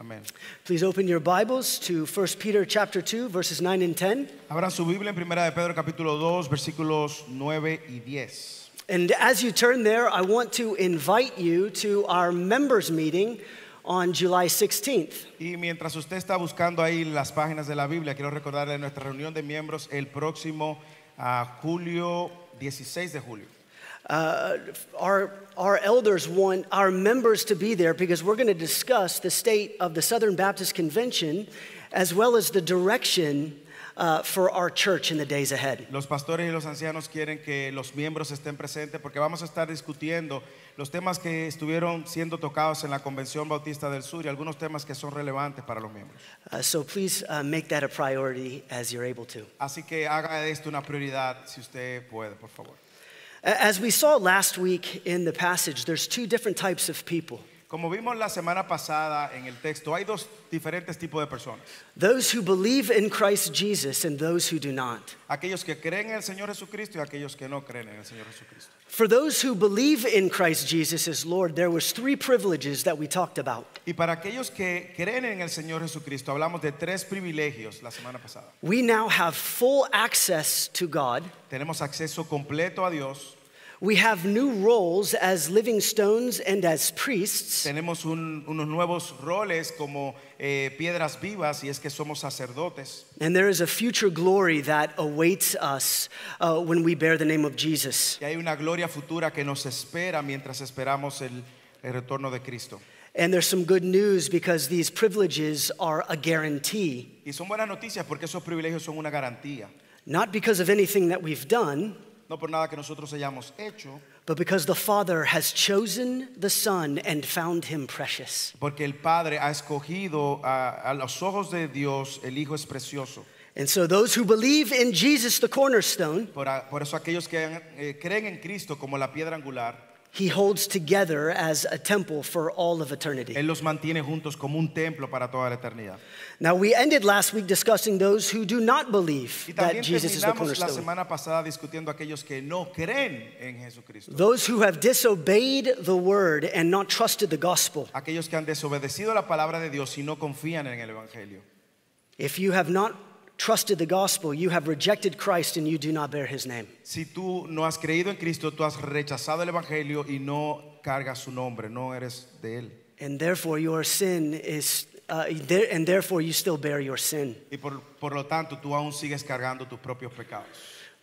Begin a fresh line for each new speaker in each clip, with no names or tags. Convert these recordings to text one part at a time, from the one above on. Amén.
Please open your Bibles to 1 Peter chapter 2 verses 9 and 10.
Abran su Biblia en Primera de Pedro capítulo 2, versículos 9 y 10.
And as you turn there, I want to invite you to our members meeting on July 16th.
Y mientras usted está buscando ahí las páginas de la Biblia, quiero recordarle nuestra reunión de miembros el próximo ah, julio 16 de julio.
Uh, our our elders want our members to be there because we're going to discuss the state of the Southern Baptist Convention as well as the direction uh, for our church in the days ahead.
Los pastores y los ancianos quieren que los miembros estén presentes porque vamos a estar discutiendo los temas que estuvieron siendo tocados en la Convención Bautista del Sur y algunos temas que son relevantes para los miembros.
Uh, so please uh, make that a priority as you're able to.
Así que haga esto una prioridad si usted puede, por favor.
A- As we saw last week in the passage, there's two different types of people
Como vimos la semana pasada en el texto, hay dos diferentes tipos de personas.
those who believe in Christ Jesus and those who do not.
Aquellos que creen en el Señor Jesucristo y aquellos que no creen en el Señor Jesucristo.
For those who believe in Christ Jesus as Lord, there was three privileges that we talked about.
Y para aquellos que creen en el Señor Jesucristo, hablamos de tres privilegios la semana pasada.
We now have full access to God.
Tenemos acceso completo a Dios,
We have new roles as living stones and as priests.
tenemos un- unos nuevos roles como eh, piedras vivas y es que somos sacerdotes.
And there is a future glory that awaits us uh, when we bear the name of Jesus.
Y hay una gloria futura que nos espera mientras esperamos el- el retorno de Cristo.
And there's some good news because these privileges are a guarantee,
Y son buenas noticias porque esos privilegios son una garantía.
not because of anything that we've done,
No por nada que nosotros hayamos hecho,
but because the Father has chosen the Son and found him precious.
porque el Padre ha escogido a, a los ojos de Dios, el Hijo es precioso.
And so those who believe in Jesus, the cornerstone,
Por, a- por eso aquellos que han- eh, creen en Cristo como la piedra angular,
he holds together as a temple for all of eternity.
Él los mantiene juntos como un templo para toda la eternidad.
Now, we ended last week discussing those who do not believe
Y
that
también
Jesus is the
terminamos la
cornerstone.
semana pasada discutiendo aquellos que no creen en Jesucristo,
Those who have disobeyed the word and not trusted the gospel.
aquellos que han desobedecido la palabra de Dios y no confían en el Evangelio.
If you have not trusted the gospel, you have rejected Christ and you do not bear his name.
Si tú no has creído en Cristo, tú has rechazado el Evangelio y no cargas su nombre, no eres de Él.
And therefore, your sin is, uh, there, and therefore, you still bear your sin.
Y por, por lo tanto, tú aún sigues cargando tus propios pecados.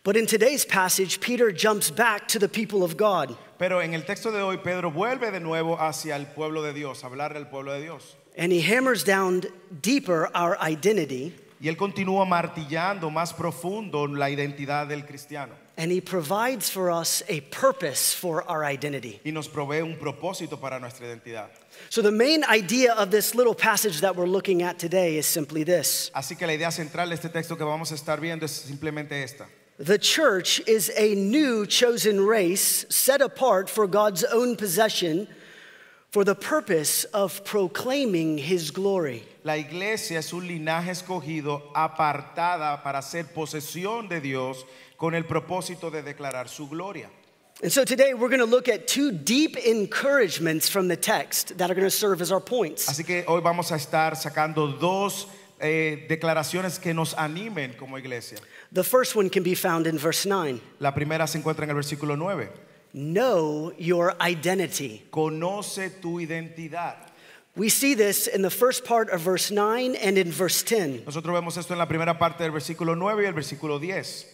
But in today's passage, Peter jumps back to the people of God.
Pero en el texto de hoy, Pedro vuelve de nuevo hacia el pueblo de Dios, a hablarle al pueblo de Dios.
And he hammers down deeper our identity,
Y él continúa martillando más profundo la identidad del cristiano
and he provides for us a purpose for our identity.
y nos provee un propósito para nuestra identidad.
So, the main idea of this little passage that we're looking at today is simply this
Así que la idea central de este texto que vamos a estar viendo es simplemente esta.
The church is a new chosen race set apart for God's own possession for the purpose of proclaiming his glory.
La iglesia es un linaje escogido, apartada para ser posesión de Dios con el propósito de declarar su gloria.
And so today we're going to look at two deep encouragements from the text that are going to serve as our points.
Así que hoy vamos a estar sacando dos eh, declaraciones que nos animen como iglesia.
The first one can be found in verse 9
La primera se encuentra en el versículo 9.
Know your identity.
Conoce tu identidad.
We see this in the first part of verse 9 and in verse 10.
Nosotros vemos esto en la primera parte del versículo 9 y el versículo 10.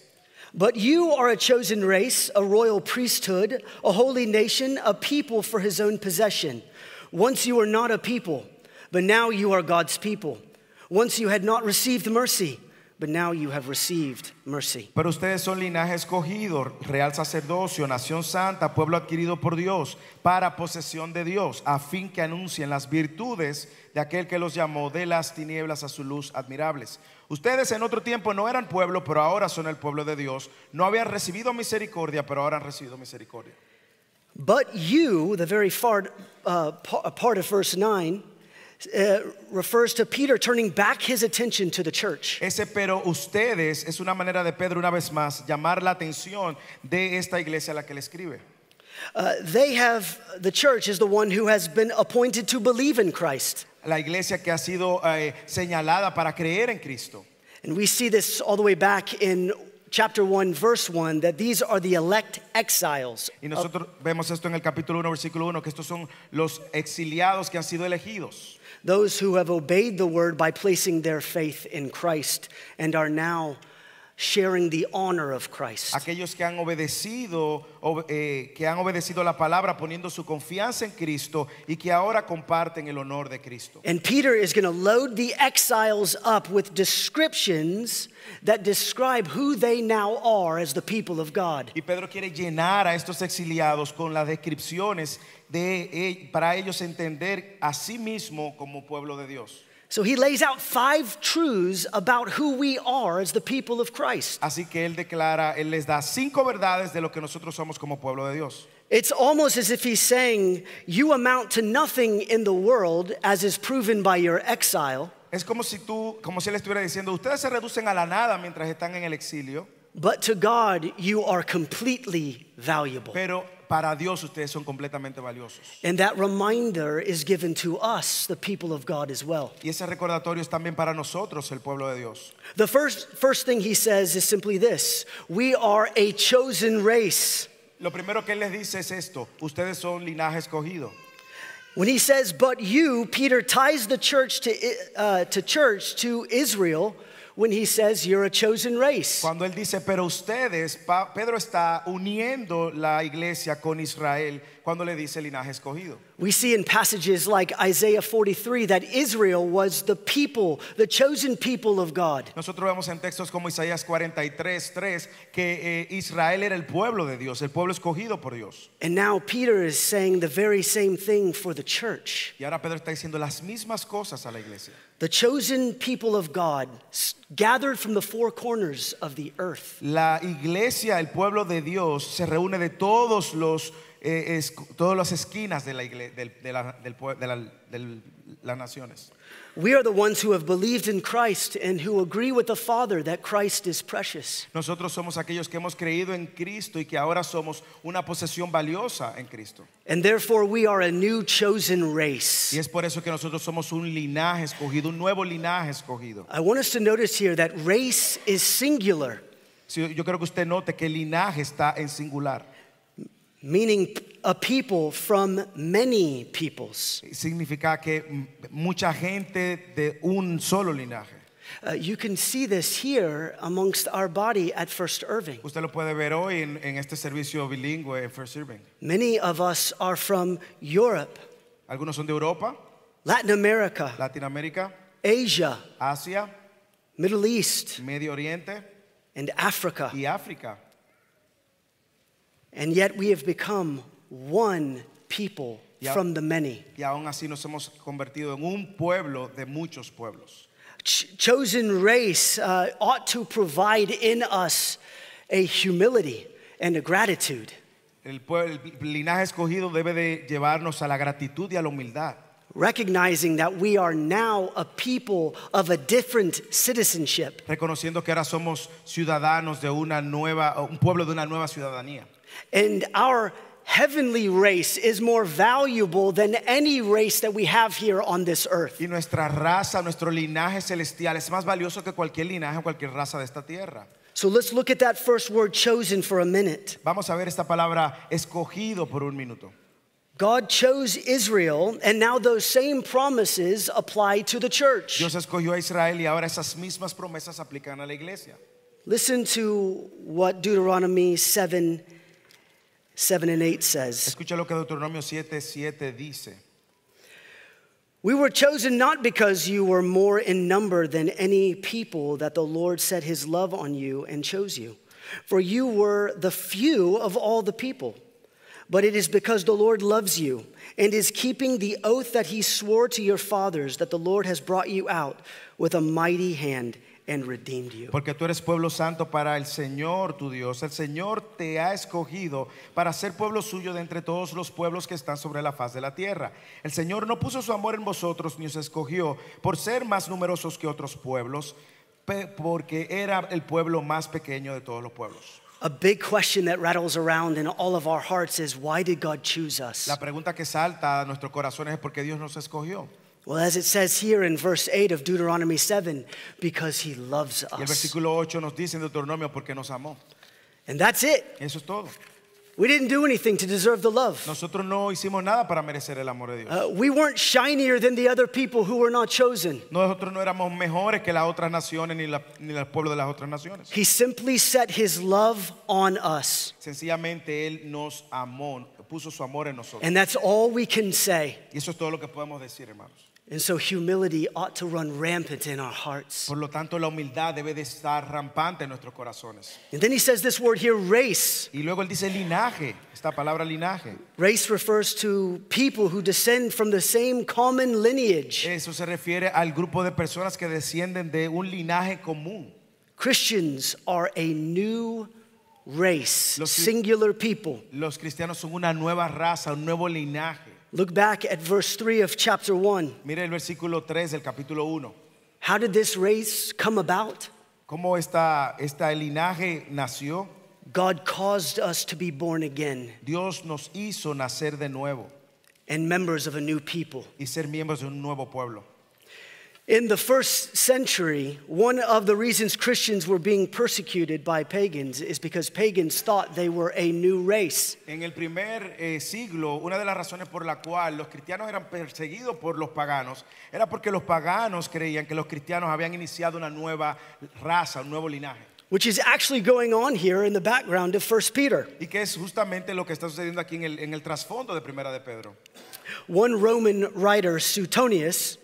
But you are a chosen race, a royal priesthood, a holy nation, a people for his own possession. Once you were not a people, but now you are God's people. Once you had not received mercy, but now you have received mercy.
Pero ustedes son linaje escogido, real sacerdocio, nación santa, pueblo adquirido por Dios, para posesión de Dios, a fin que anuncien las virtudes de aquel que los llamó de las tinieblas a su luz admirables. Ustedes en otro tiempo no eran pueblo, pero ahora son el pueblo de Dios. No habían recibido misericordia, pero ahora han recibido misericordia.
But you, the very far, uh, pa- part of verse 9, uh, refers to Peter turning back his attention to the church.
Ese pero ustedes es una manera de Pedro una vez más llamar la atención de esta iglesia a la que le escribe.
Uh, they have, the church is the one who has been appointed to believe in Christ.
La iglesia que ha sido eh, señalada para creer en Cristo.
And we see this all the way back in chapter 1, verse 1, that these are the elect exiles.
Y nosotros vemos esto en el capítulo 1, versículo 1, que estos son los exiliados que han sido elegidos.
those who have obeyed the word by placing their faith in Christ and are now sharing the honor of Christ.
Aquellos que han obedecido, ob- eh, que han obedecido la palabra poniendo su confianza en Cristo y que ahora comparten el honor de Cristo.
And Peter is going to load the exiles up with descriptions that describe who they now are as the people of God.
Y Pedro quiere llenar a estos exiliados con las descripciones de, eh, para ellos entender a sí mismo como pueblo de Dios.
So he lays out five truths about who we are as the people of Christ.
Así que él declara, él les da cinco verdades de lo que nosotros somos como pueblo de Dios.
It's almost as if he's saying, You amount to nothing in the world, as is proven by your exile.
Es como si tú, como si él estuviera diciendo, ustedes se reducen a la nada mientras están en el exilio,
But to God, you are completely valuable.
pero para Dios ustedes son completamente valiosos.
And that reminder is given to us, the people of God, as well.
Y ese recordatorio es también para nosotros, el pueblo de Dios.
The first, first thing he says is simply this We are a chosen race.
Lo primero que él les dice es esto, ustedes son linaje escogido.
When he says, but you, Peter ties the church to, I- uh, to church to Israel when he says, you're a chosen race.
Cuando él dice, pero ustedes, Pa- Pedro está uniendo la iglesia con Israel cuando le dice linaje escogido.
We see in passages like Isaiah 43 that Israel was the people, the chosen people of God.
Nosotros vemos en textos como Isaías 43, 3, que eh, Israel era el pueblo de Dios, el pueblo escogido por Dios.
And now Peter is saying the very same thing for the church.
Y ahora Pedro está diciendo las mismas cosas a la iglesia.
The chosen people of God s- gathered from the four corners of the earth.
La iglesia, el pueblo de Dios, se reúne de todos los, eh, esc- todas las esquinas de, la igle- del- de la- del pue- de la- del- las naciones.
We are the ones who have believed in Christ and who agree with the Father that Christ is precious.
Nosotros somos aquellos que hemos creído en Cristo y que ahora somos una posesión valiosa en Cristo.
And therefore, we are a new chosen
Y
race.
es por eso que nosotros somos un linaje escogido, un nuevo linaje escogido.
I want us to notice here that race is singular,
Sí, Yo creo que usted note que el linaje está en singular.
meaning a people from many peoples.
Significa que mm, mucha gente de un solo linaje.
Uh, you can see this here amongst our body at First Irving.
Usted lo puede ver hoy en, en este servicio bilingüe en First Irving.
Many of us are from Europe,
Algunos son de Europa,
Latin America,
Latinoamérica,
Asia,
Asia,
Middle East,
Medio Oriente
and Africa.
y África.
And yet we have become one people
Yeah.
from the many,
Y aún así nos hemos convertido en un pueblo de muchos pueblos.
Ch- chosen race uh, ought to provide in us a humility and a gratitude.
El, pue- el linaje escogido debe de llevarnos a la gratitud y a la humildad,
Recognizing that we are now a people of a different citizenship.
reconociendo que ahora somos ciudadanos de una nueva, un pueblo de una nueva ciudadanía.
And our heavenly race is more valuable than any race that we have here on this earth.
Y nuestra raza, nuestro linaje celestial es más valioso que cualquier linaje o cualquier raza de esta tierra.
So let's look at that first word chosen for a minute.
Vamos a ver esta palabra escogido por un minuto.
God chose Israel, and now those same promises apply to the church.
Dios escogió a Israel y ahora esas mismas promesas aplican a la iglesia.
Listen to what Deuteronomy 7 7 and 8 says.
Escucha lo que Deuteronomio 7:7 dice.
We were chosen not because you were more in number than any people that the Lord set his love on you and chose you. For you were the few of all the people. But it is because the Lord loves you and is keeping the oath that he swore to your fathers that the Lord has brought you out with a mighty hand and redeemed you.
Porque tú eres pueblo santo para el Señor tu Dios. El Señor te ha escogido para ser pueblo suyo de entre todos los pueblos que están sobre la faz de la tierra. El Señor no puso su amor en vosotros ni os escogió por ser más numerosos que otros pueblos, pe- porque era el pueblo más pequeño de todos los pueblos.
A big question that rattles around in all of our hearts is why did God choose us?
La pregunta que salta a nuestros corazones es por qué Dios nos escogió.
Well, as it says here in verse 8 of Deuteronomy 7, because he loves
Y el
us.
versículo 8 nos dice en Deuteronomio porque nos amó.
And that's it.
Eso es todo.
We didn't do anything to deserve the love.
Nosotros no hicimos nada para merecer el amor de Dios.
Uh, we weren't shinier than the other people who were not chosen.
Nosotros no éramos mejores que las otras naciones ni, la- ni los pueblos de las otras naciones.
He simply set his love on us.
Sencillamente Él nos amó, puso su amor en nosotros.
And that's all we can say.
Y eso es todo lo que podemos decir, hermanos.
And so humility ought to run rampant in our hearts.
Por lo tanto, la humildad debe de estar rampante en nuestros corazones.
And then he says this word here, race.
Y luego Él dice linaje, esta palabra linaje.
Race refers to people who descend from the same common lineage.
Eso se refiere al grupo de personas que descienden de un linaje común.
Christians are a new race,
Los-
singular people.
Los cristianos son una nueva raza, un nuevo linaje.
Look back at verse 3 of chapter 1.
Mire el versículo 3 del capítulo 1.
How did this race come about?
¿Cómo esta, esta linaje nació?
God caused us to be born again
Dios nos hizo nacer de nuevo
and members of a new people.
y ser miembros de un nuevo pueblo.
In the first century, one of the reasons Christians were being persecuted by pagans is because pagans thought they were a new race.
En el primer eh, siglo, una de las razones por la cual los cristianos eran perseguidos por los paganos era porque los paganos creían que los cristianos habían iniciado una nueva raza, un nuevo linaje.
Which is actually going on here in the background of 1 Peter.
Y que es justamente lo que está sucediendo aquí en el, en el trasfondo de Primera de Pedro.
One Roman writer, Suetonius,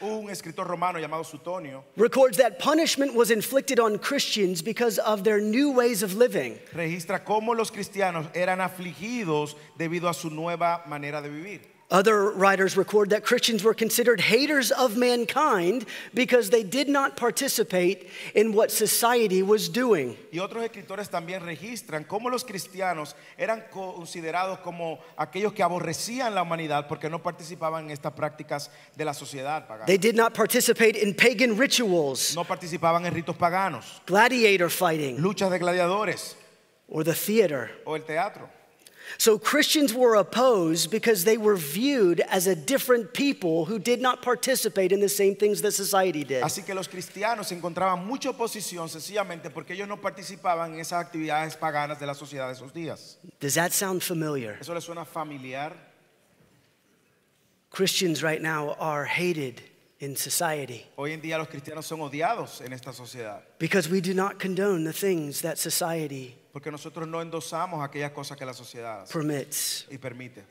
Un escritor romano llamado Sutonio
records that punishment was inflicted on Christians because of their new ways of living.
registra cómo los cristianos eran afligidos debido a su nueva manera de vivir.
Other writers record that Christians were considered haters of mankind because they did not participate in what society was doing.
Y otros escritores también registran cómo los cristianos eran considerados como aquellos que aborrecían la humanidad porque no participaban en estas prácticas de la sociedad pagana.
They did not participate in pagan rituals,
No participaban en ritos paganos,
gladiator fighting,
luchas de gladiadores
or the theater.
o el teatro.
So Christians were opposed because they were viewed as a different people who did not participate in the same things that society did.
Así que los cristianos encontraban mucha oposición sencillamente porque ellos no participaban en esas actividades paganas de la sociedad de esos días.
Does that sound familiar?
¿Eso les suena familiar?
Christians right now are hated in society
Hoy en día los cristianos son odiados en esta sociedad
because we do not condone the things that society
porque nosotros no endosamos aquellas cosas que la sociedad hace
permits.
y permite.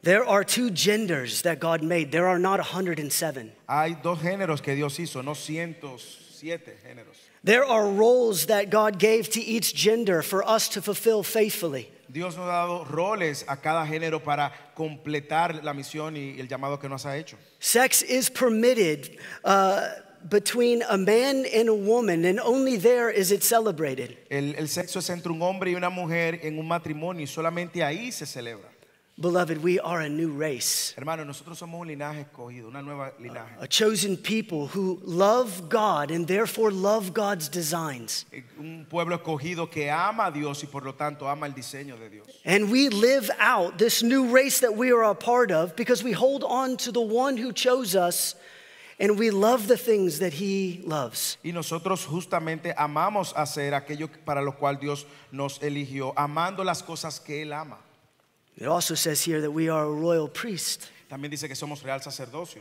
There are two genders that God made, there are not 107.
Hay dos géneros que Dios hizo, no cientos, siete géneros.
There are roles that God gave to each gender for us to fulfill faithfully.
Dios nos ha dado roles a cada género para completar la misión y el llamado que nos ha hecho.
Sex is permitted uh, between a man and a woman, and only there is it celebrated.
El, el sexo es entre un hombre y una mujer en un matrimonio y solamente ahí se celebra.
Beloved, we are a new race,
Hermanos, nosotros somos un linaje escogido, una nueva linaje.
a chosen people who love God and therefore love God's designs.
Eh, Un pueblo escogido que ama a Dios y por lo tanto ama el diseño de Dios.
And we live out this new race that we are a part of because we hold on to the one who chose us and we love the things that he loves.
Y nosotros justamente amamos hacer aquello para lo cual Dios nos eligió, amando las cosas que Él ama.
It also says here that we are a royal priest.
También dice que somos real sacerdocio.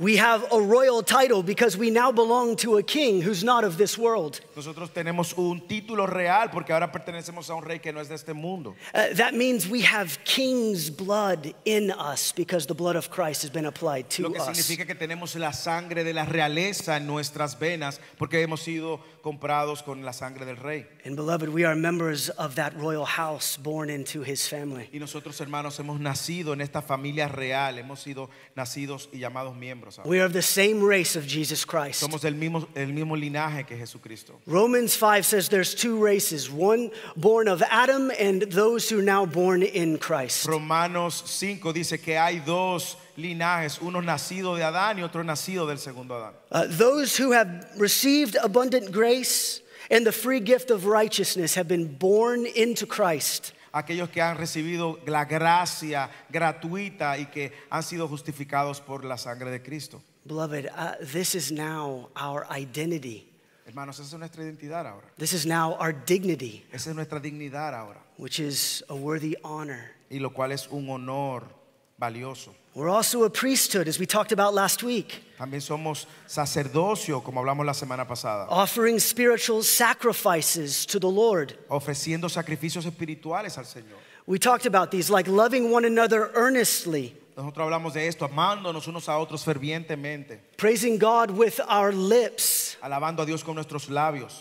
We have a royal title because we now belong to a king who's not of this world.
Nosotros tenemos un título real porque ahora pertenecemos a un rey que no es de este mundo.
Uh, that means we have king's blood in us because the blood of Christ has been applied
Lo
to
que
us.
significa que tenemos la sangre de la realeza en nuestras venas porque hemos sido comprados con la sangre del rey.
And beloved, we are members of that royal house born into his family.
Y nosotros hermanos hemos nacido en esta familia real, hemos sido nacidos y llamados miembros. ahora.
We are of the same race of Jesus Christ.
Somos del mismo, el mismo linaje que Jesucristo.
Romans 5 says there's two races, one born of Adam and those who are now born in Christ.
Romanos 5 dice que hay dos linajes, uno nacido de Adán y otro nacido del segundo Adán.
Uh, those who have received abundant grace and the free gift of righteousness have been born into Christ.
aquellos que han recibido la gracia gratuita y que han sido justificados por la sangre de Cristo.
Beloved, uh, this is now our identity.
Hermanos, esa es nuestra identidad ahora.
This is now our dignity,
Esa es nuestra dignidad ahora.
which is a worthy honor.
Y lo cual es un honor valioso.
We're also a priesthood, as we talked about last week,
También somos sacerdocio, como hablamos la semana pasada,
offering spiritual sacrifices to the Lord.
ofreciendo sacrificios espirituales al Señor.
We talked about these, like loving one another earnestly,
Nosotros hablamos de esto, amándonos unos a otros fervientemente,
praising God with our lips,
alabando a Dios con nuestros labios,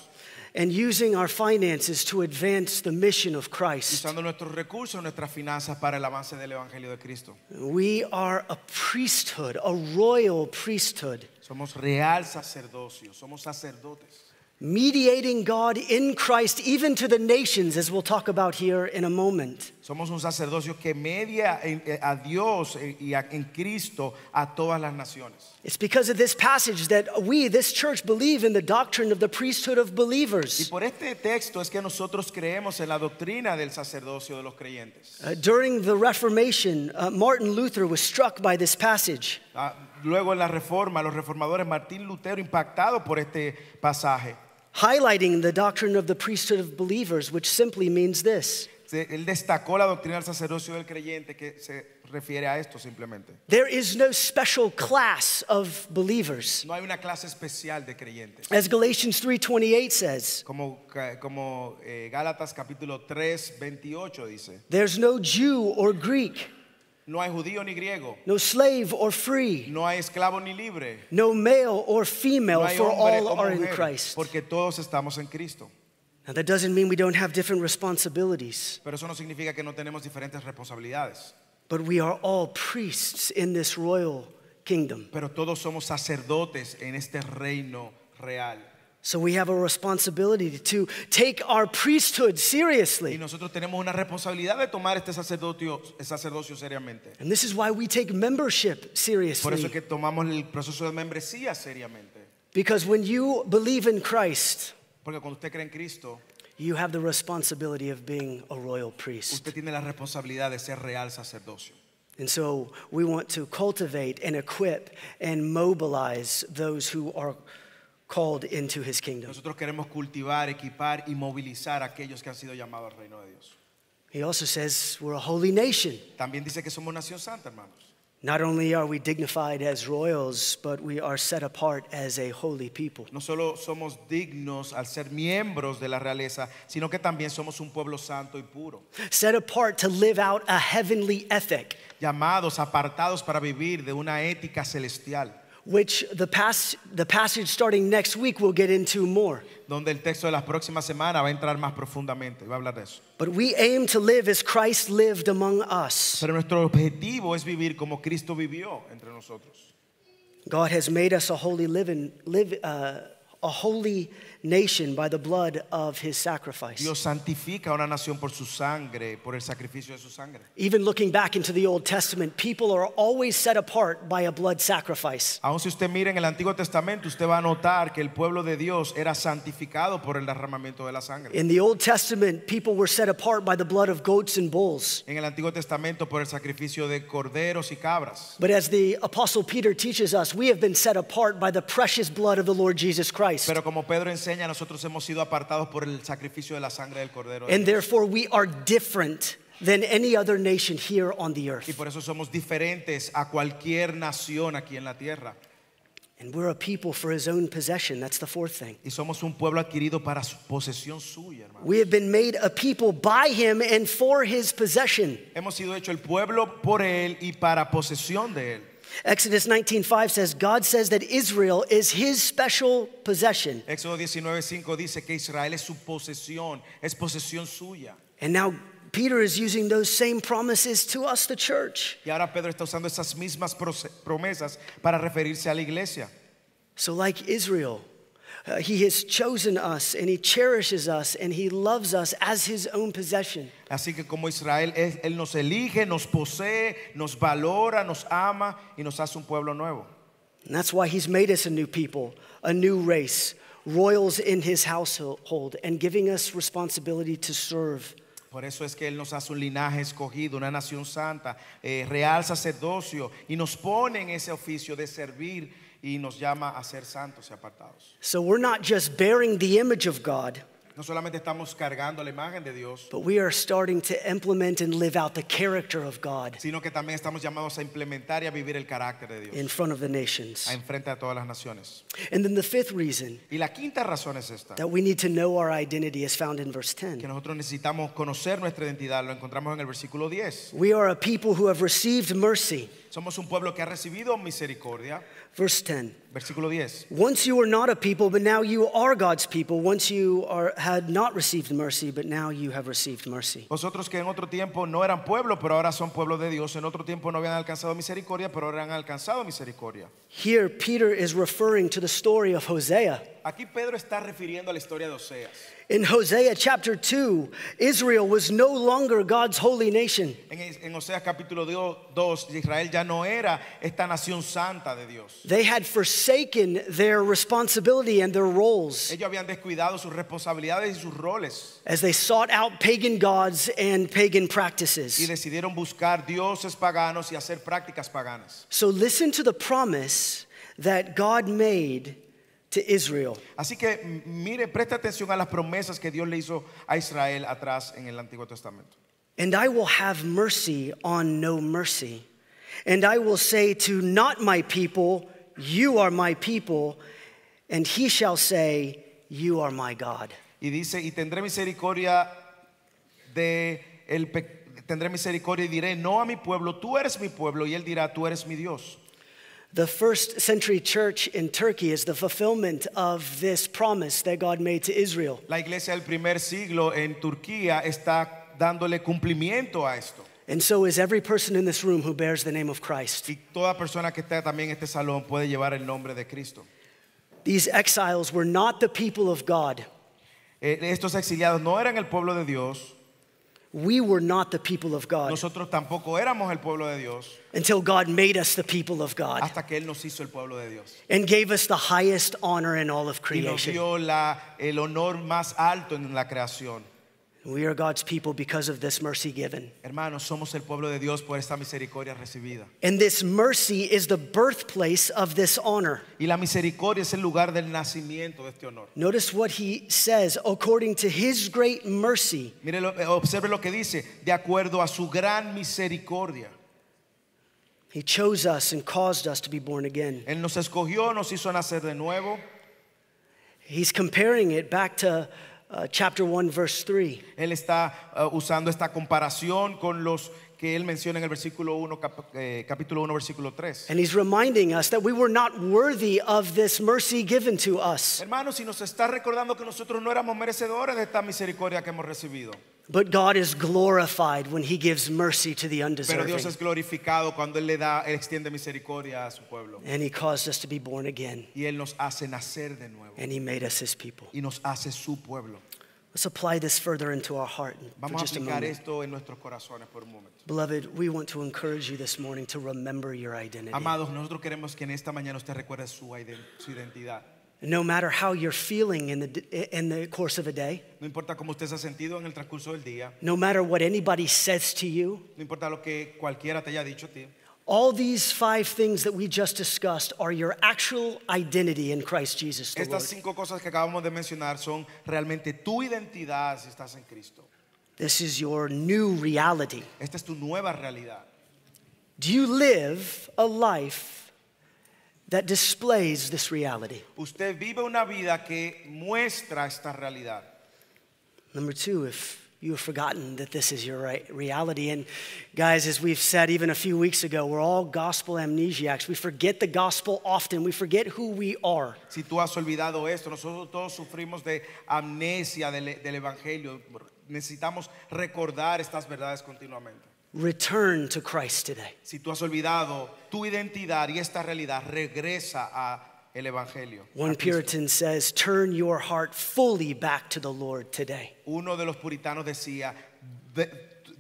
and using our finances to advance the mission of Christ.
usando nuestros recursos, nuestras finanzas para el avance del Evangelio de Cristo.
We are a priesthood, a royal priesthood,
Somos real sacerdocio, somos sacerdotes,
mediating God in Christ, even to the nations, as we'll talk about here in a moment.
somos un sacerdocio que media en- eh, a Dios eh, y a- en Cristo a todas las naciones.
It's because of this passage that we, this church, believe in the doctrine of the priesthood of
Y
believers.
por este texto es que nosotros creemos en la doctrina del sacerdocio de los creyentes.
Uh, during the Reformation, uh, Martin Luther was struck by this passage.
Ah, Luego en la reforma, los reformadores Martín Lutero impactado por este pasaje.
highlighting the doctrine of the priesthood of believers, which simply means this
Se- Él destacó la doctrina del sacerdocio del creyente que se refiere a esto simplemente.
there is no special class of believers.
No hay una clase especial de creyentes.
As Galatians 3:28 says,
Como, ca- como eh, Gálatas capítulo 3, 28 dice,
there's no Jew or Greek,
no hay judío ni griego,
no slave or free,
no hay esclavo ni libre,
no male or female,
no hay
for
hombre
all
o
are in
mujer,
Christ.
porque todos estamos en Cristo.
Now that doesn't mean we don't have different responsibilities,
Pero eso no significa que no tenemos diferentes responsabilidades.
but we are all priests in this royal kingdom.
Pero todos somos sacerdotes en este reino real.
So we have a responsibility to take our priesthood
Y
seriously.
nosotros tenemos una responsabilidad de tomar este sacerdocio, sacerdocio seriamente.
And this is why we take membership
Por eso es
seriously.
que tomamos el proceso de membresía seriamente.
Because when you believe in Christ,
Porque cuando usted cree en Cristo,
you have the responsibility of being a royal priest.
usted tiene la responsabilidad de ser real sacerdocio.
And so we want to cultivate and equip and mobilize those who are called into his kingdom.
Nosotros queremos cultivar, equipar y movilizar a aquellos que han sido llamados al reino de Dios.
He also says we're a holy nation.
También dice que somos nación santa, hermanos.
Not only are we dignified as royals, but we are set apart as a holy people.
No solo somos dignos al ser miembros de la realeza, sino que también somos un pueblo santo y puro,
Set apart to live out a heavenly ethic,
llamados, apartados para vivir de una ética celestial.
which the, pas- the passage starting next week will get into more.
donde el texto de las próximas semanas va a entrar más profundamente, va a hablar de eso.
But we aim to live as Christ lived among us.
Pero nuestro objetivo es vivir como Cristo vivió entre nosotros.
God has made us a holy living, live, uh, a holy nation by the blood of His sacrifice.
Dios santifica a una nación por su sangre, por el sacrificio de su sangre.
Even looking back into the Old Testament, people are always set apart by a blood sacrifice.
Aun si usted mira en el Antiguo Testamento, usted va a notar que el pueblo de Dios era santificado por el derramamiento de la sangre.
In the Old Testament, people were set apart by the blood of goats and bulls.
En el Antiguo Testamento por el sacrificio de corderos y cabras.
But as the Apostle Peter teaches us, we have been set apart by the precious blood of the Lord Jesus Christ.
Pero como Pedro enseña, nosotros hemos sido apartados por el sacrificio de la sangre del cordero. de Dios.
And therefore, we are different than any other nation here on the
Y
earth.
por eso somos diferentes a cualquier nación aquí en la tierra.
And we're a people for his own possession. That's the fourth thing.
Y somos un pueblo adquirido para su posesión suya, hermano.
We have been made a people by him and for his possession.
Hemos sido hecho el pueblo por él y para posesión de él.
Exodus 19:5 says God says that Israel is his special possession.
Éxodo 19:5 dice que Israel es su posesión, es posesión suya.
And now Peter is using those same promises to us the church.
Y ahora Pedro está usando esas mismas prose- promesas para referirse a la iglesia.
So like Israel, uh, he has chosen us and he cherishes us and he loves us as his own possession.
Así que como Israel, es- él nos elige, nos posee, nos valora, nos ama y nos hace un pueblo nuevo.
And that's why he's made us a new people, a new race. royals in his household and giving us responsibility to serve.
Por eso es que Él nos hace un linaje escogido, una nación santa, eh, real sacerdocio, y nos pone en ese oficio de servir y nos llama a ser santos y apartados.
So we're not just bearing the image of God,
No solamente estamos cargando la imagen de Dios,
but we are starting to implement and live out the character of God
sino que también estamos llamados a implementar y a vivir el carácter de Dios
in front of the nations.
a enfrente a todas las naciones.
And then the fifth reason
Y la quinta razón es esta,
that we need to know our identity is found in verse
que
10.
nosotros necesitamos conocer nuestra identidad, lo encontramos en el versículo 10.
We are a people who have received mercy.
Somos un pueblo que ha recibido misericordia,
Verse 10.
versículo 10.
Once you were not a people, but now you are God's people. Once you are, had not received mercy, but now you have received mercy.
Vosotros que en otro tiempo no eran pueblo, pero ahora son pueblo de Dios. En otro tiempo no habían alcanzado misericordia, pero ahora han alcanzado misericordia.
Here, Peter is referring to the story of Hosea.
Aquí Pedro está refiriendo a la historia de Oseas.
In Hosea chapter 2, Israel was no longer God's holy nation.
En, en Oseas capítulo 2, Israel ya no era esta nación santa de Dios.
They had forsaken their responsibility and their roles
Ellos habían descuidado sus responsabilidades y sus roles
as they sought out pagan gods and pagan
y
practices.
decidieron buscar dioses paganos y hacer prácticas paganas.
So, listen to the promise that God made to Israel.
Así que m- mire, preste atención a las promesas que Dios le hizo a Israel atrás en el Antiguo Testamento.
And I will have mercy on no mercy. And I will say to not my people, You are my people. And he shall say, You are my God.
Y dice, y tendré misericordia de el pe- tendré misericordia y diré, no a mi pueblo, tú eres mi pueblo, y él dirá, tú eres mi Dios.
The first century church in Turkey is the fulfillment of this promise that God made to Israel.
La iglesia del primer siglo en Turquía está dándole cumplimiento a esto.
And so is every person in this room who bears the name of Christ.
Y toda persona que está también en este salón puede llevar el nombre de Cristo.
These exiles were not the people of God.
Eh, estos exiliados no eran el pueblo de Dios,
We were not the people of God
nosotros tampoco éramos el pueblo de Dios
until God made us the people of God.
hasta que Él nos hizo el pueblo de Dios.
and gave us the highest honor in all of
Y nos
creation.
dio la- el honor más alto en la creación.
We are God's people because of this mercy given.
Hermanos, somos el pueblo de Dios por esta misericordia recibida.
And this mercy is the birthplace of this honor.
Y la misericordia es el lugar del nacimiento de este honor.
Notice what he says according to his great mercy,
Mire, lo- eh, observe lo que dice, de acuerdo a su gran misericordia.
he chose us and caused us to be born again.
Él nos escogió, nos hizo nacer de nuevo.
He's comparing it back to uh, chapter 1, verse 3.
Él está eh, usando esta comparación con los que él menciona en el versículo 1, cap- eh, capítulo 1, versículo 3.
And he's reminding us that we were not worthy of this mercy given to us,
Hermanos, si nos está recordando que nosotros no éramos merecedores de esta misericordia que hemos recibido,
but God is glorified when he gives mercy to the
pero Dios
undeserving.
es glorificado cuando Él le da, Él extiende misericordia a su pueblo.
And he caused us to be born again.
Y Él nos hace nacer de nuevo
and he made us his people.
y nos hace su pueblo.
Let's apply this further into our heart for
Vamos a
just a
aplicar
moment.
esto en nuestros corazones por un momento.
Beloved, we want to encourage you this morning to remember your identity.
Amados, nosotros queremos que en esta mañana usted recuerde su, iden- su identidad.
No matter how you're feeling in the, in the course of a day,
No importa cómo usted se ha sentido en el transcurso del día,
no matter what anybody says to you,
No importa lo que cualquiera te haya dicho a ti.
all these five things that we just discussed are your actual identity in Christ Jesus the Lord.
Estas cinco cosas que acabamos de mencionar son realmente tu identidad si estás en Cristo.
This is your new reality.
Esta es tu nueva realidad.
Do you live a life that displays this reality?
Usted vive una vida que muestra esta realidad.
Number two, if you have forgotten that this is your right reality, and guys, as we've said even a few weeks ago, we're all gospel amnesiacs. We forget the gospel often, we forget who we are.
Si tú has olvidado esto, nosotros todos sufrimos de amnesia del, del Evangelio. Necesitamos recordar estas verdades continuamente.
Return to Christ today.
Si tú has olvidado tu identidad y esta realidad, regresa a el Evangelio. a
One
Cristo.
Puritan says, Turn your heart fully back to the Lord today.
Uno de los puritanos decía, "Ve-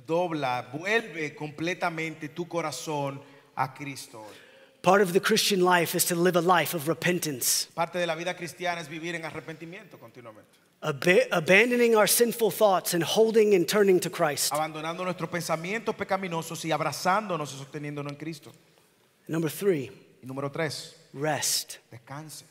dobla, vuelve completamente tu corazón a Cristo. hoy".
Part of the Christian life is to live a life of repentance,
Parte de la vida cristiana es vivir en arrepentimiento continuamente,
ab- abandoning our sinful thoughts and holding and turning to Christ.
abandonando nuestros pensamientos pecaminosos y abrazándonos y sosteniéndonos en Cristo.
Number three,
Y número tres,
rest.
descanse.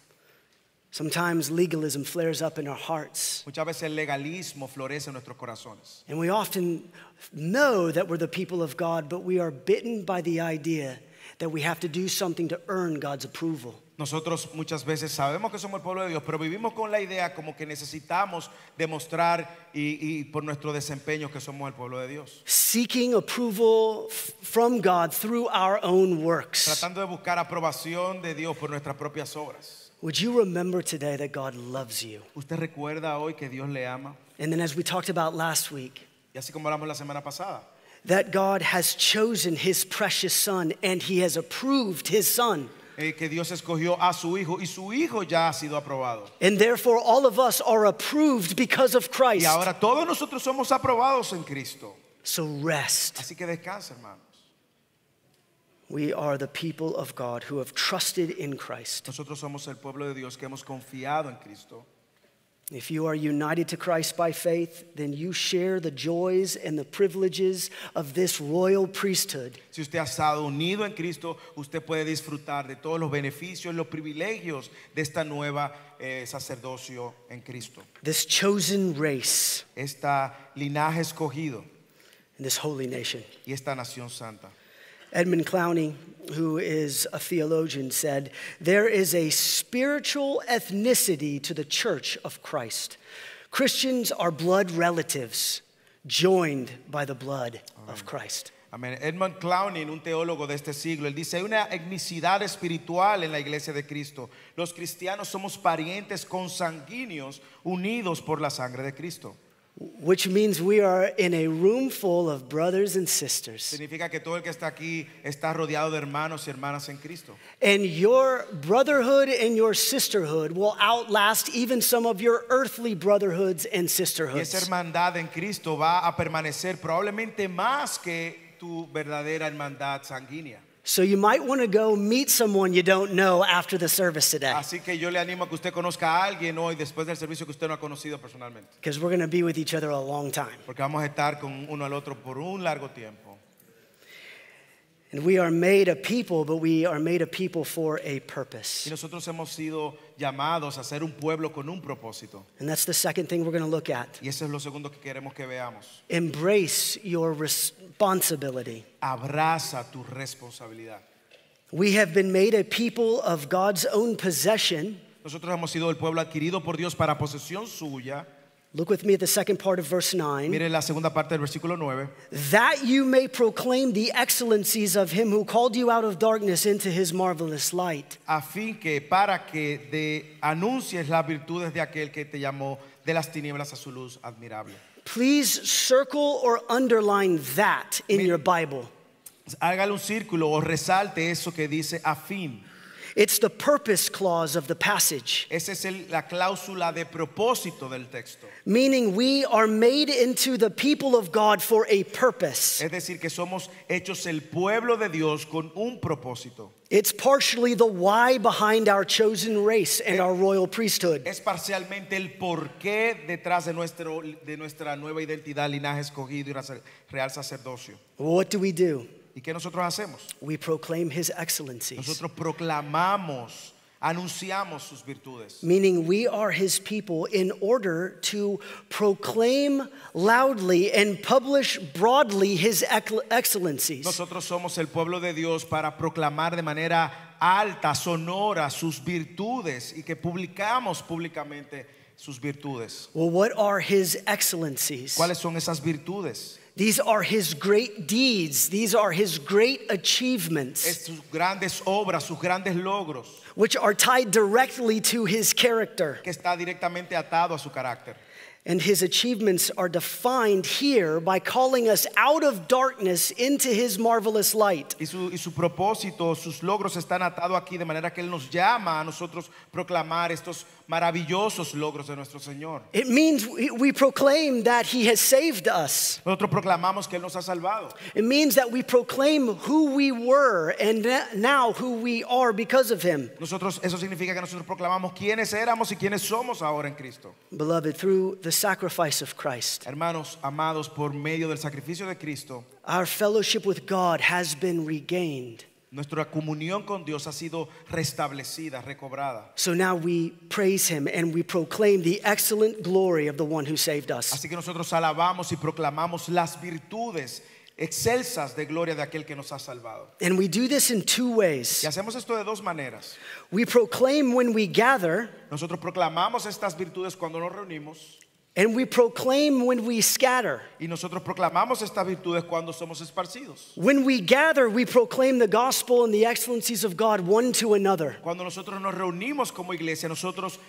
Sometimes legalism flares up in our hearts,
Muchas veces el legalismo florece en nuestros corazones.
and we often know that we're the people of God, but we are bitten by the idea that we have to do something to earn God's approval.
Nosotros muchas veces sabemos que somos el pueblo de Dios, pero vivimos con la idea como que necesitamos demostrar y, y por nuestro desempeño que somos el pueblo de Dios.
Seeking approval f- from God through our own works.
Tratando de buscar aprobación de Dios por nuestras propias obras.
Would you remember today that God loves you?
¿Usted recuerda hoy que Dios le ama?
And then, as we talked about last week,
Y así como hablamos la semana pasada,
that God has chosen his precious son and he has approved his son.
eh, que Dios escogió a su hijo y su hijo ya ha sido aprobado.
And therefore, all of us are approved because
Y
of Christ.
ahora todos nosotros somos aprobados en Cristo.
So rest.
Así que descansa, hermanos.
We are the people of God who have trusted in Christ.
Nosotros somos el pueblo de Dios que hemos confiado en Cristo.
If you are united to Christ by faith, then you share the joys and the privileges of this royal priesthood.
Si usted ha estado unido en Cristo, usted puede disfrutar de todos los beneficios, los privilegios de esta nueva eh, sacerdocio en Cristo.
this chosen race
Esta linaje escogido
and this holy nation.
y esta nación santa.
Edmund Clowney, who is a theologian, said, There is a spiritual ethnicity to the church of Christ. Christians are blood relatives joined by the blood of Christ.
Amén. Edmund Clowning, un teólogo de este siglo, él dice, hay una etnicidad espiritual en la iglesia de Cristo. Los cristianos somos parientes consanguíneos unidos por la sangre de Cristo.
Which means we are in a room full of brothers and sisters.
Significa que todo el que está aquí está rodeado de hermanos y hermanas en Cristo.
And your brotherhood and your sisterhood will outlast even some of your earthly brotherhoods
Y
and
esa
sisterhoods.
hermandad en Cristo va a permanecer probablemente más que tu verdadera hermandad sanguínea.
So you might want to go meet someone you don't know after the service today
Así que yo le animo a que usted conozca a alguien hoy después del servicio que usted no ha conocido personalmente.
because we're going to be with each other a long time.
Porque vamos a estar con uno al otro por un largo tiempo.
And we are made a people, but we are made a people for a
Y
purpose.
nosotros hemos sido llamados a ser un pueblo con un propósito.
And that's the second thing we're going to look at.
Y eso es lo segundo que queremos que veamos.
Embrace your responsibility.
Abraza tu responsabilidad.
We have been made a people of God's own possession.
Nosotros hemos sido el pueblo adquirido por Dios para posesión suya.
Look with me at the second part of verse 9.
Mire la segunda parte del versículo 9.
That you may proclaim the excellencies of him who called you out of darkness into his marvelous light.
a fin que para que de- anuncies las virtudes de aquel que te llamó de las tinieblas a su luz admirable.
Please circle or underline that in
Mi-
your Bible.
Hágale un círculo o resalte eso que dice a fin.
It's the purpose clause of the passage,
Esa es el- la cláusula de propósito del texto.
meaning we are made into the people of God for a purpose.
Es decir, que somos hechos el pueblo de Dios con un propósito.
It's partially the why behind our chosen race and our royal priesthood.
Es parcialmente el porqué detrás de, nuestro, de nuestra nueva identidad, linaje escogido y raza- real sacerdocio.
What do we do?
¿Y qué nosotros hacemos?
We proclaim his excellencies,
Nosotros proclamamos, anunciamos sus virtudes.
meaning we are his people in order to proclaim loudly and publish broadly his ec- excellencies.
Nosotros somos el pueblo de Dios para proclamar de manera alta, sonora, sus virtudes y que publicamos públicamente sus virtudes.
Well, what are his excellencies?
¿Cuáles son esas virtudes?
These are his great deeds. These are his great achievements,
Es sus grandes obras, sus grandes logros,
which are tied directly to his character.
que está directamente atado a su carácter.
And his achievements are defined here by calling us out of darkness into his marvelous light.
Y su, y su propósito, sus logros están atados aquí de manera que Él nos llama a nosotros proclamar estos maravillosos logros de nuestro Señor.
It means we we proclaim that he has saved us.
Nosotros proclamamos que Él nos ha salvado.
It means that we proclaim who we were and na- now who we are because of him.
Nosotros, eso significa que nosotros proclamamos quiénes éramos y quiénes somos ahora en Cristo.
Beloved, through the sacrifice of Christ,
Hermanos amados, por medio del sacrificio de Cristo,
our fellowship with God has been regained.
nuestra comunión con Dios ha sido restablecida, recobrada.
So now we praise him and we proclaim the excellent glory of the one who saved us.
Así que nosotros alabamos y proclamamos las virtudes excelsas de gloria de aquel que nos ha salvado.
And we do this in two
Y
ways.
hacemos esto de dos maneras.
We proclaim when we gather,
Nosotros proclamamos estas virtudes cuando nos reunimos
and we proclaim when we scatter.
y nosotros proclamamos estas virtudes cuando somos esparcidos.
When we gather, we proclaim the gospel and the excellencies of God one to another.
Cuando nosotros nos reunimos como iglesia, nosotros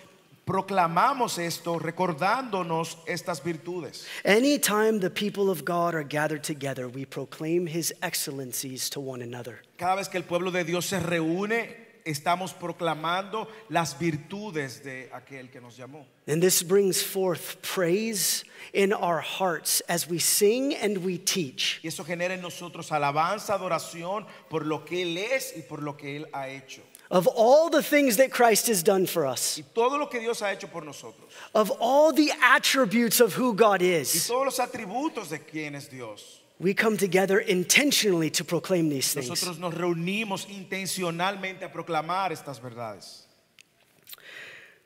proclamamos esto recordándonos estas virtudes.
Anytime the people of God are gathered together, we proclaim his excellencies to one another.
Cada vez que el pueblo de Dios se reúne, estamos proclamando las virtudes de aquel que nos llamó.
And this brings forth praise in our hearts as we sing and we teach.
Y eso genera en nosotros alabanza, adoración por lo que Él es y por lo que Él ha hecho.
Of all the things that Christ has done for us,
Y todo lo que Dios ha hecho por nosotros.
of all the attributes of who God
Y
is,
todos los atributos de quien es Dios.
we come together intentionally to proclaim these things.
Nosotros nos reunimos intencionalmente a proclamar estas verdades.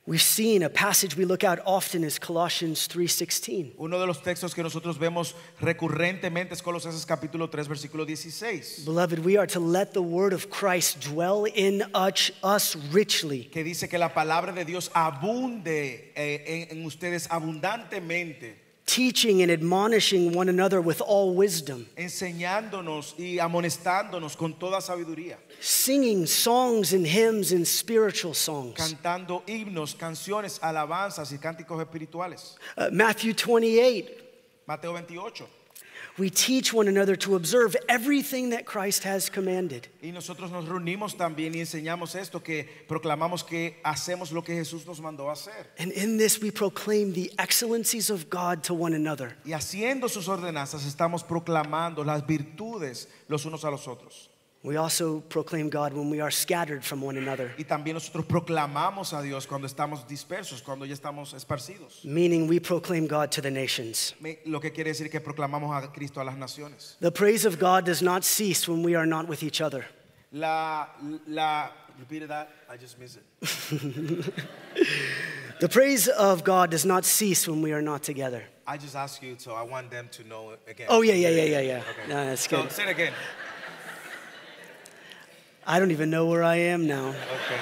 We've seen a passage we look at often is Colossians 3:16.
Uno de los textos que nosotros vemos recurrentemente es Colosenses capítulo 3 versículo 16,
Beloved, we are to let the word of Christ dwell in us, us richly,
que dice que la palabra de Dios abunde eh, en, en ustedes abundantemente,
teaching and admonishing one another with all wisdom,
enseñándonos y amonestándonos con toda sabiduría,
singing songs and hymns and spiritual songs.
cantando himnos, canciones, alabanzas y cánticos espirituales.
Uh, Matthew 28,
Mateo 28.
we teach one another to observe everything that Christ has commanded.
Y nosotros nos reunimos también y enseñamos esto, que proclamamos que hacemos lo que Jesús nos mandó a hacer.
And in this, we proclaim the excellencies of God to one another.
Y haciendo sus ordenanzas estamos proclamando las virtudes los unos a los otros.
We also proclaim God when we are scattered from one another,
Y también nosotros proclamamos a Dios cuando estamos dispersos, cuando ya estamos esparcidos.
meaning we proclaim God to the nations.
Me- Lo que quiere decir que proclamamos a Cristo a las naciones.
The praise of God does not cease when we are not with each other.
La, la, repeat that, I just missed it.
The praise of God does not cease when we are not together.
I just asked you, so I want them to know again.
Oh, yeah, yeah, yeah, yeah, yeah. No, that's
So,
good.
say it again.
I don't even know where I am now.
Okay.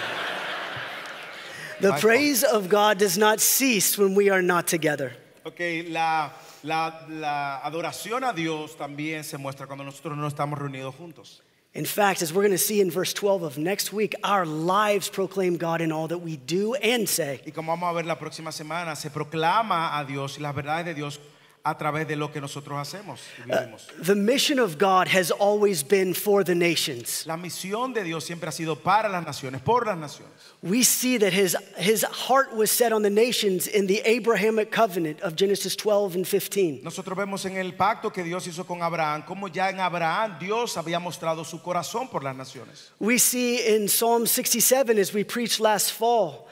The
My
praise of God does not cease when we are not together.
Ok, la, la- la adoración a Dios también se muestra cuando nosotros no estamos reunidos juntos.
In fact, as we're going to see in verse 12 of next week, our lives proclaim God in all that we do and say.
Y como vamos a ver la próxima semana, se proclama a Dios y las verdades de Dios a través de lo que nosotros hacemos y vivimos.
The mission of God has always been for the nations.
La misión de Dios siempre ha sido para las naciones, por las naciones.
We see that his, his heart was set on the nations in the Abrahamic covenant of Genesis 12 and 15.
Nosotros vemos en el pacto que Dios hizo con Abraham, como ya en Abraham Dios había mostrado su corazón por las naciones.
We see in Psalm 67, as we preached last fall,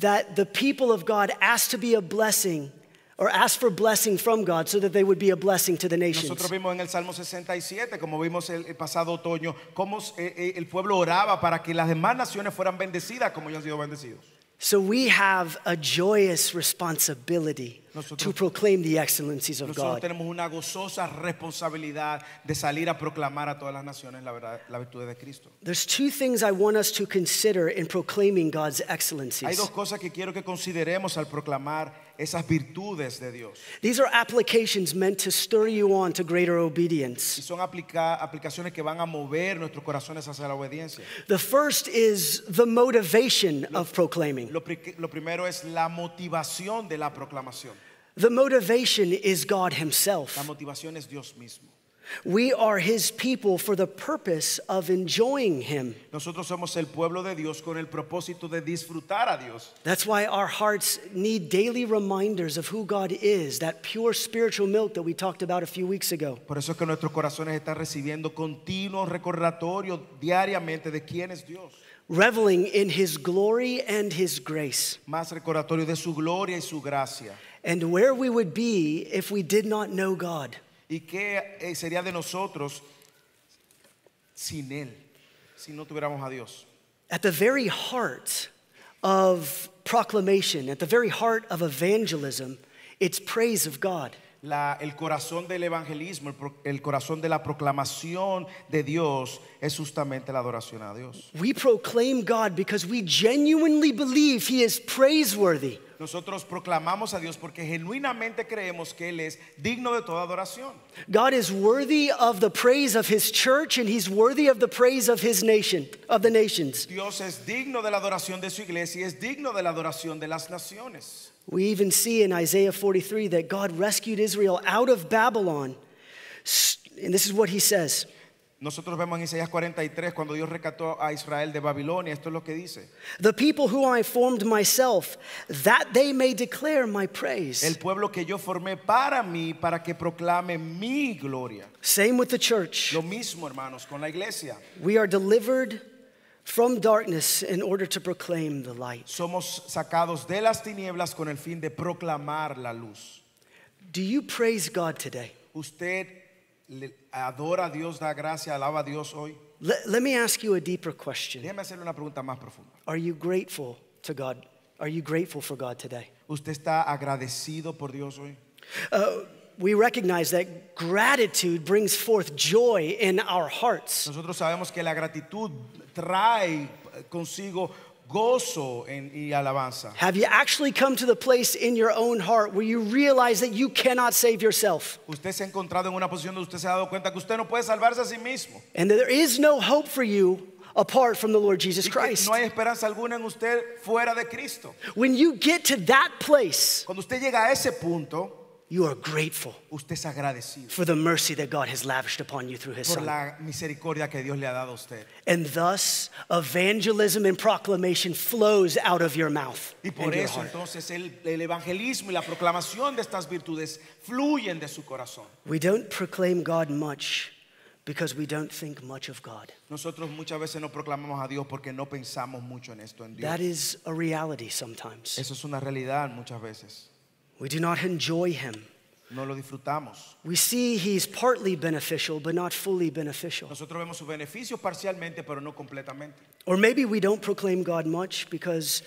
that the people of God asked to be a blessing or asked for blessing from God so that they would be a blessing to the
Nosotros
nations.
vimos en el Salmo 67, como vimos el, el pasado otoño, cómo eh, eh, el pueblo oraba para que las demás naciones fueran bendecidas como ellos han sido bendecidos.
So we have a joyous responsibility to
Nosotros-
proclaim the excellencies of
Nosotros
God.
tenemos una gozosa responsabilidad de salir a proclamar a todas las naciones la verdad, la virtud de Cristo.
There's two things I want us to consider in proclaiming God's
Hay
excellencies.
dos cosas que quiero que consideremos al proclamar esas virtudes de Dios.
These are applications meant to stir you on to greater
Y
obedience.
son aplica- aplicaciones que van a mover nuestros corazones hacia la obediencia.
The first is the motivation of proclaiming.
Lo, pri- lo primero es la motivación de la proclamación.
The motivation is God Himself.
La motivación es Dios mismo.
We are His people for the purpose of enjoying Him.
Nosotros somos el pueblo de Dios con el propósito de disfrutar a Dios.
That's why our hearts need daily reminders of who God is, that pure spiritual milk that we talked about a few weeks ago.
Por eso es que nuestros corazones están recibiendo continuos recordatorios diariamente de quién es Dios.
reveling in his glory and his grace,
Más recordatorios de su gloria y su gracia.
and where we would be if we did not know God.
¿Y qué eh, sería de nosotros sin Él? Si no tuviéramos a Dios.
At the very heart of proclamation, at the very heart of evangelism, it's praise of God.
La- el corazón del evangelismo, el, pro- el corazón de la proclamación de Dios es justamente la adoración a Dios.
We proclaim God because we genuinely believe he is praiseworthy.
Nosotros proclamamos a Dios porque genuinamente creemos que Él es digno de toda adoración.
God is worthy of the praise of his church and he's worthy of the praise of his nation, of the nations.
Dios es digno de la adoración de su iglesia y es digno de la adoración de las naciones.
We even see in Isaiah 43 that God rescued Israel out of Babylon. S- And this is what he says
Nosotros vemos en Isaías 43 cuando Dios rescató a Israel de Babilonia, esto es lo que dice.
The people who I formed myself, that they may declare my praise.
El pueblo que yo formé para mí, para que proclame mi gloria.
Same with the church.
Lo mismo, hermanos, con la iglesia.
We are delivered from darkness in order to proclaim the light.
Somos sacados de las tinieblas con el fin de proclamar la luz.
Do you praise God today?
Usted le- adora a Dios, da gracia, alaba a Dios hoy.
Let, let me ask you a deeper question.
Déjeme hacerle una pregunta más profunda.
Are you grateful to God? Are you grateful for God today?
¿Usted está agradecido por Dios hoy?
Uh, we recognize that gratitude brings forth joy in our hearts.
Nosotros sabemos que la gratitud trae eh, consigo gozo en- y alabanza.
Have you actually come to the place in your own heart where you realize that you cannot save yourself
Usted se ha encontrado en una posición donde usted se ha dado cuenta que usted no puede salvarse a sí mismo.
and that there is no hope for you apart from the Lord Jesus
Y que
Christ?
no hay esperanza alguna en usted fuera de Cristo.
When you get to that place,
Cuando usted llega a ese punto,
you are grateful
usted es agradecido
for the mercy that God has lavished upon you through His
por
Son.
la misericordia que Dios le ha dado a usted.
And thus, evangelism and proclamation flows out of your mouth
Y
and
por
your
eso
heart.
entonces el, el evangelismo y la proclamación de estas virtudes fluyen de su corazón.
We don't proclaim God much because we don't think much of God.
Nosotros muchas veces no proclamamos a Dios porque no pensamos mucho en esto, en Dios.
That is a reality sometimes.
Eso es una realidad muchas veces.
We do not enjoy Him.
No lo disfrutamos.
We see He's partly beneficial, but not fully beneficial.
Nosotros vemos sus beneficios parcialmente, pero no completamente.
Or maybe we don't proclaim God much because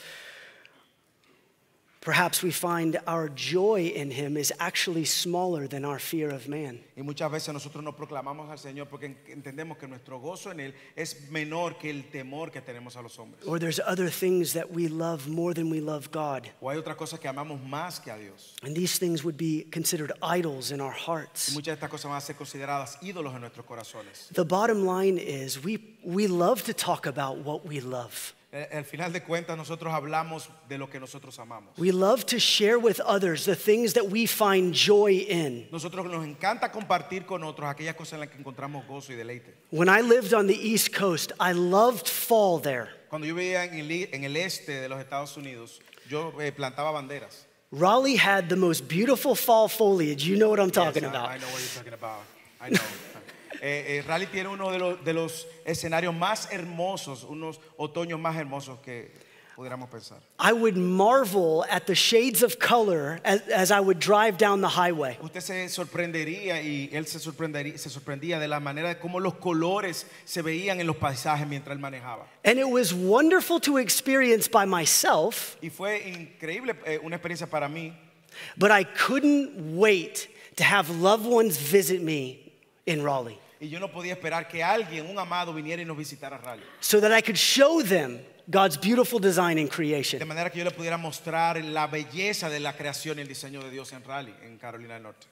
perhaps we find our joy in Him is actually smaller than our fear of man.
Y muchas veces nosotros no proclamamos al Señor porque en- entendemos que nuestro gozo en Él es menor que el temor que tenemos a los hombres.
Or there's other things that we love more than we love God.
O hay otras cosas que amamos más que a Dios.
And these things would be considered idols in our
Y
hearts.
muchas de estas cosas van a ser consideradas ídolos en nuestros corazones.
The bottom line is we, we love to talk about what we love.
Eh, Al final de cuentas, nosotros hablamos de lo que nosotros amamos.
We love to share with others the things that we find joy in.
Nosotros nos encanta compartir con otros aquellas cosas en las que encontramos gozo y deleite.
When I lived on the East Coast, I loved fall there.
Cuando yo vivía en el, i- en el este de los Estados Unidos, yo eh, plantaba banderas.
Raleigh had the most beautiful fall foliage. You know what I'm talking
Yes, I-
about.
I know what you're talking about. I know. Eh, eh, Raleigh tiene uno de los, de los escenarios más hermosos, unos otoños más hermosos que pudiéramos pensar.
I would marvel at the shades of color as, as I would drive down the highway.
Usted se sorprendería y él se, sorprendería, se sorprendía de la manera de cómo los colores se veían en los paisajes mientras él manejaba.
And it was wonderful to experience by myself,
Y fue increíble, eh, una experiencia para mí.
but I couldn't wait to have loved ones visit me in Raleigh
Y yo no podía esperar que alguien, un amado, viniera y nos visitara a Raleigh.
so that I could show them God's beautiful design and
De
creation.
manera que yo le pudiera mostrar la belleza de la creación y el diseño de Dios en Raleigh, en Carolina del Norte.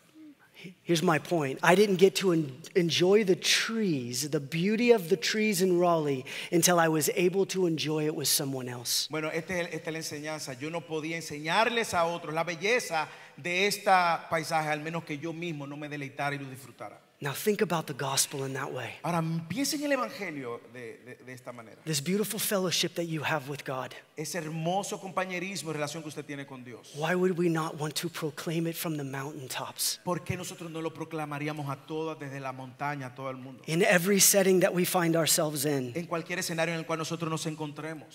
Here's my point. I didn't get to en- enjoy the trees, the beauty of the trees in Raleigh, until I was able to enjoy it with someone else.
Bueno, este es el- esta es la enseñanza. Yo no podía enseñarles a otros la belleza de esta paisaje, al menos que yo mismo no me deleitara y lo disfrutara.
Now, think about the gospel in that way
Ahora, piensen en el Evangelio de, de- de esta manera.
this beautiful fellowship that you have with God.
Ese hermoso compañerismo y relación que usted tiene con Dios.
Why would we not want to proclaim it from the mountaintops?
¿Por qué nosotros no lo proclamaríamos a todas, desde la montaña, a todo el mundo?
In every setting that we find ourselves in,
En cualquier escenario en el cual nosotros nos encontremos.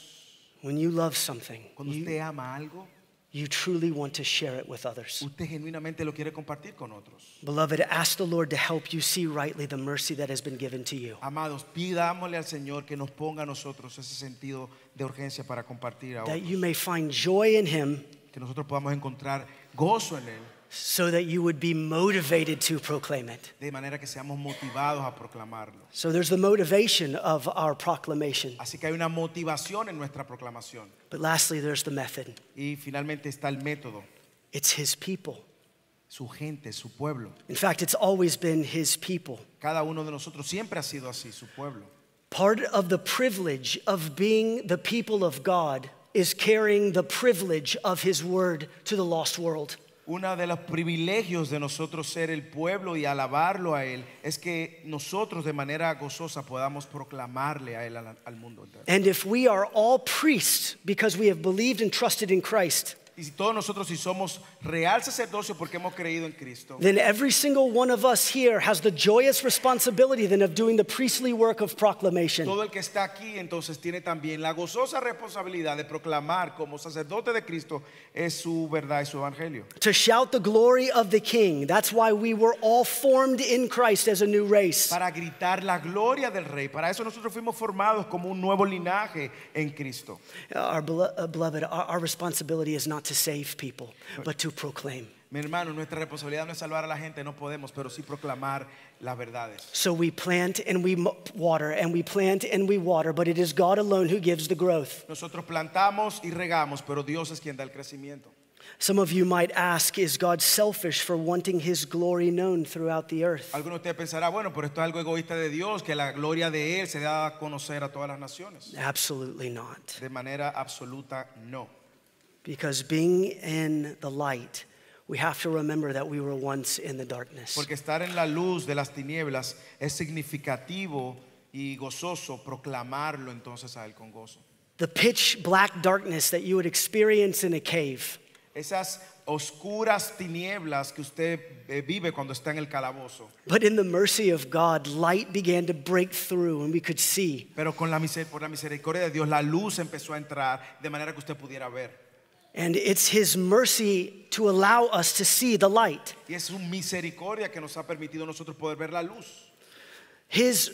when you love something,
Cuando usted ama algo,
you truly want to share it with others.
usted genuinamente lo quiere compartir con otros.
Beloved, ask the Lord to help you see rightly the mercy that has been given to you.
Amados, pidámosle al Señor que nos ponga a nosotros ese sentido de urgencia para compartir a
that
otros.
you may find joy in him
Que nosotros podamos encontrar gozo en Él,
so that you would be motivated to proclaim it.
de manera que seamos motivados a proclamarlo.
So there's the motivation of our proclamation.
Así que hay una motivación en nuestra proclamación.
But lastly, there's the method
Y finalmente está el método,
it's his people.
su gente, su pueblo.
In fact, it's always been his people.
Cada uno de nosotros siempre ha sido así, su pueblo.
Part of the privilege of being the people of God is carrying the privilege of his word to the lost world.
Uno de los privilegios de nosotros ser el pueblo y alabarlo a Él es que nosotros de manera gozosa podamos proclamarle a Él al, al mundo entero.
And if we are all priests because we have believed and trusted in Christ,
Y si todos nosotros si somos real sacerdocio porque hemos creído en Cristo,
then every single one of us here has the joyous responsibility then of doing the priestly work of proclamation.
todo el que está aquí entonces tiene también la gozosa responsabilidad de proclamar como sacerdote de Cristo es su verdad y su evangelio.
To shout the glory of the King. That's why we were all formed in Christ as a new race.
Para gritar la gloria del Rey. Para eso nosotros fuimos formados como un nuevo linaje en Cristo.
Our belo- uh, beloved, our, our responsibility is not to save people, but to proclaim.
Mi hermano, nuestra responsabilidad no es salvar a la gente, no podemos, pero sí proclamar las verdades.
So we plant and we mo- water, and we plant and we water, but it is God alone who gives the growth.
Nosotros plantamos y regamos, pero Dios es quien da el crecimiento.
Some of you might ask, is God selfish for wanting his glory known throughout the earth?
Algunos de ustedes pensarán, bueno, pero esto es algo egoísta de Dios, que la gloria de Él se da a conocer a todas las naciones.
Absolutely not.
De manera absoluta, no.
Because being in the light, we have to remember that we were once in the darkness.
Porque estar en la luz de las tinieblas es significativo y gozoso proclamarlo entonces a Él con gozo.
The pitch black darkness that you would experience in a cave
Esas oscuras tinieblas que usted eh, vive cuando está en el calabozo.
But in the mercy of God, light began to break through and we could see.
Pero con la miser- por la misericordia de Dios, la luz empezó a entrar de manera que usted pudiera ver.
And it's His mercy to allow us to see the light.
Y es su misericordia que nos ha permitido nosotros poder ver la luz.
His,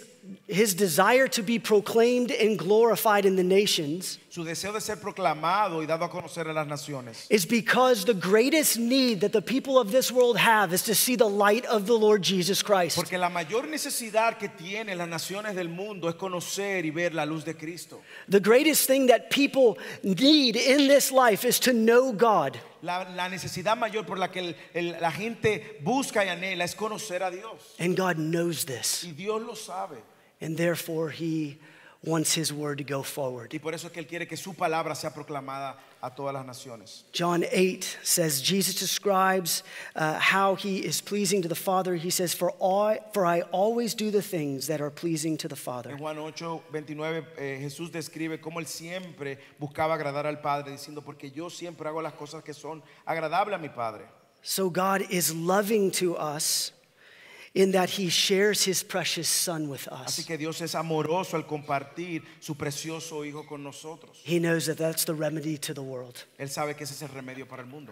his desire to be proclaimed and glorified in the nations
Su deseo de ser proclamado y dado a conocer a las naciones.
is because the greatest need that the people of this world have is to see the light of the Lord Jesus Christ.
Porque la mayor necesidad que tienen las naciones del mundo es conocer y ver la luz de Cristo.
The greatest thing that people need in this life is to know God.
La, la necesidad mayor por la que el- el- la gente busca y anhela es conocer a Dios.
And God knows this.
Y Dios lo sabe.
And therefore, He wants His word to go forward.
Y por eso es que Él quiere que su palabra sea proclamada a todas las naciones.
John 8 says, Jesus describes uh, how he is pleasing to the Father. He says, for, all, for I always do the things that are pleasing to the Father.
En Juan 8, 29, eh, Jesús describe cómo él siempre buscaba agradar al Padre, diciendo, porque yo siempre hago las cosas que son agradables a mi Padre.
So God is loving to us in that he shares his precious Son with
Así
us.
que Dios es amoroso al compartir su precioso Hijo con nosotros.
He knows that that's the remedy to the world.
Él sabe que ese es el remedio para el mundo.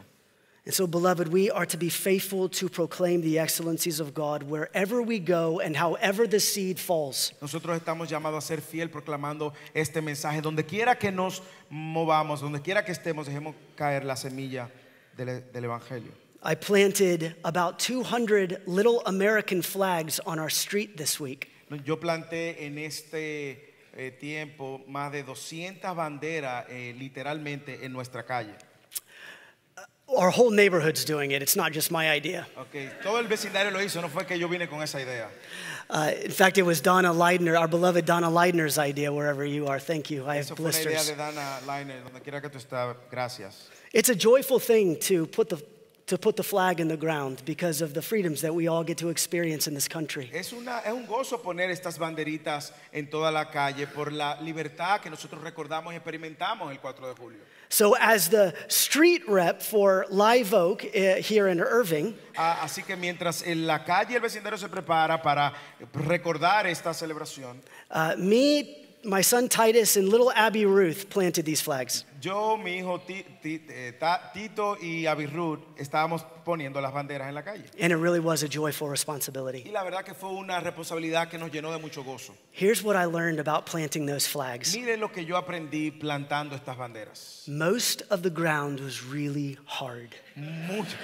And so, beloved, we are to be faithful to proclaim the excellencies of God wherever we go and however the seed falls.
Nosotros estamos llamados a ser fiel proclamando este mensaje. Donde quiera que nos movamos, donde quiera que estemos, dejemos caer la semilla del, del Evangelio.
I planted about 200 little American flags on our street this week.
Yo planté en este eh, tiempo más de 200 banderas eh, literalmente en nuestra calle.
our whole neighborhood's doing it. It's not just my idea.
Ok, Todo el vecindario lo hizo, no fue que yo vine con esa idea.
Uh, in fact, it was Donna Leidner, our beloved Donna Leidner's idea, wherever you are. Thank you. I have
Eso fue una idea
blisters.
de Dana Liner, donde quiera que tú estás. Gracias.
It's a joyful thing to put the to put the flag in the ground because of the freedoms that we all get to experience in this country.
Es, una, es un gozo poner estas banderitas en toda la calle por la libertad que nosotros recordamos y experimentamos el 4 de julio.
So, as the street rep for Live Oak uh, here in Irving,
Ah, así que mientras en la calle el vecindario se prepara para recordar esta celebración,
uh, me, my son Titus, and little Abby Ruth planted these flags.
yo, mi hijo Ti- Ti- eh, Ta- Tito y Abirud estábamos poniendo las banderas en la calle.
And it really was a joyful
Y
responsibility.
la verdad que fue una responsabilidad que nos llenó de mucho gozo.
Here's what I learned about planting those flags
Miren lo que yo aprendí plantando estas banderas.
most of the ground was really hard.
Mucho-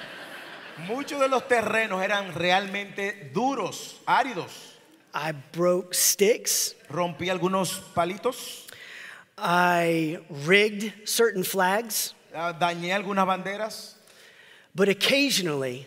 muchos de los terrenos eran realmente duros, áridos.
I broke sticks,
Rompí algunos palitos,
I rigged certain flags.
ah, dañé algunas banderas,
But occasionally,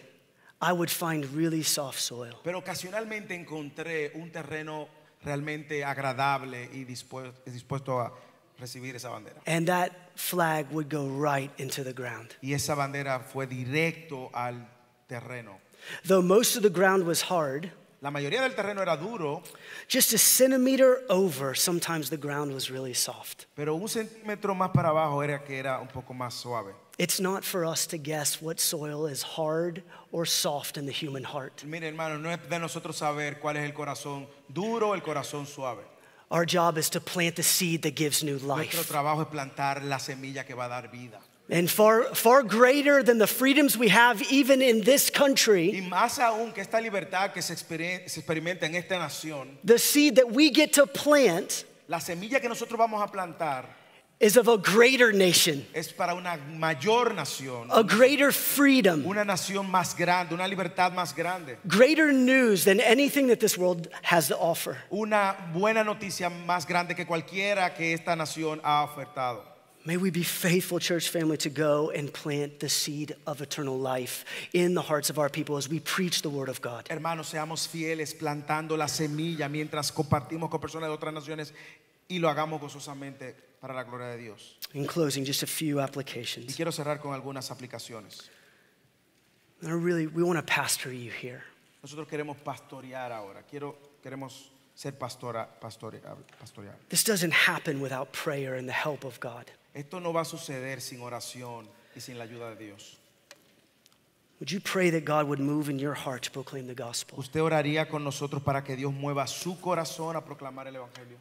I would find really soft soil.
pero ocasionalmente encontré un terreno realmente agradable y dispues- dispuesto a recibir esa bandera.
And that flag would go right into the ground.
Y esa bandera fue directo al terreno.
Though most of the ground was hard,
La mayoría del terreno era duro,
just a centimeter over, sometimes the ground was really soft.
pero un centímetro más para abajo era que era un poco más suave.
It's not for us to guess what soil is hard or soft in the human heart.
Mire, hermano, no es de nosotros saber cuál es el corazón duro o el corazón suave.
Our job is to plant the seed that gives new
Nuestro
life.
trabajo es plantar la semilla que va a dar vida.
And far, far greater than the freedoms we have, even in this
Y
country,
más aún que esta libertad que se, experie- se experimenta en esta nación,
the seed that we get to plant
la semilla que nosotros vamos a plantar
is of a greater nation.
es para una mayor nación,
a greater freedom,
una nación más grande, una libertad más grande,
greater news than anything that this world has to offer.
una buena noticia más grande que cualquiera que esta nación ha ofertado.
May we be faithful, church family, to go and plant the seed of eternal life in the hearts of our people as we preach the word of God.
Hermanos, seamos fieles plantando la semilla mientras compartimos con personas de otras naciones y lo hagamos gozosamente para la gloria de Dios.
In closing, just a few
Y
applications.
quiero cerrar con algunas aplicaciones.
I really, we want to pastor you here.
Nosotros queremos pastorear ahora. Quiero, queremos ser pastora, pastore- pastorear.
This doesn't happen without prayer and the help of God.
Esto no va a suceder sin oración y sin la ayuda de Dios.
Would you pray that God would move in your heart to proclaim the gospel?
Usted oraría con nosotros para que Dios mueva su corazón a proclamar el Evangelio.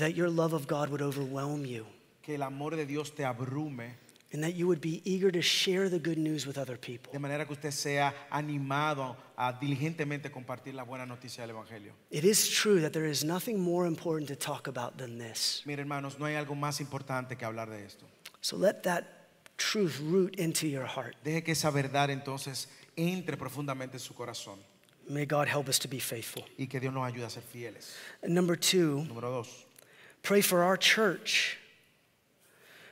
That your love of God would overwhelm you?
Que el amor de Dios te abrume
And that you would be eager to share the good news with other people?
de manera que usted sea animado a diligentemente compartir la buena noticia del Evangelio.
It is true that there is nothing more important to talk about than this.
Mire, hermanos, no hay algo más importante que hablar de esto.
So let that truth root into your heart.
Deje que esa verdad entonces entre profundamente en su corazón
May God help us to be faithful.
y que Dios nos ayude a ser fieles.
And number two,
Número dos,
pray for our church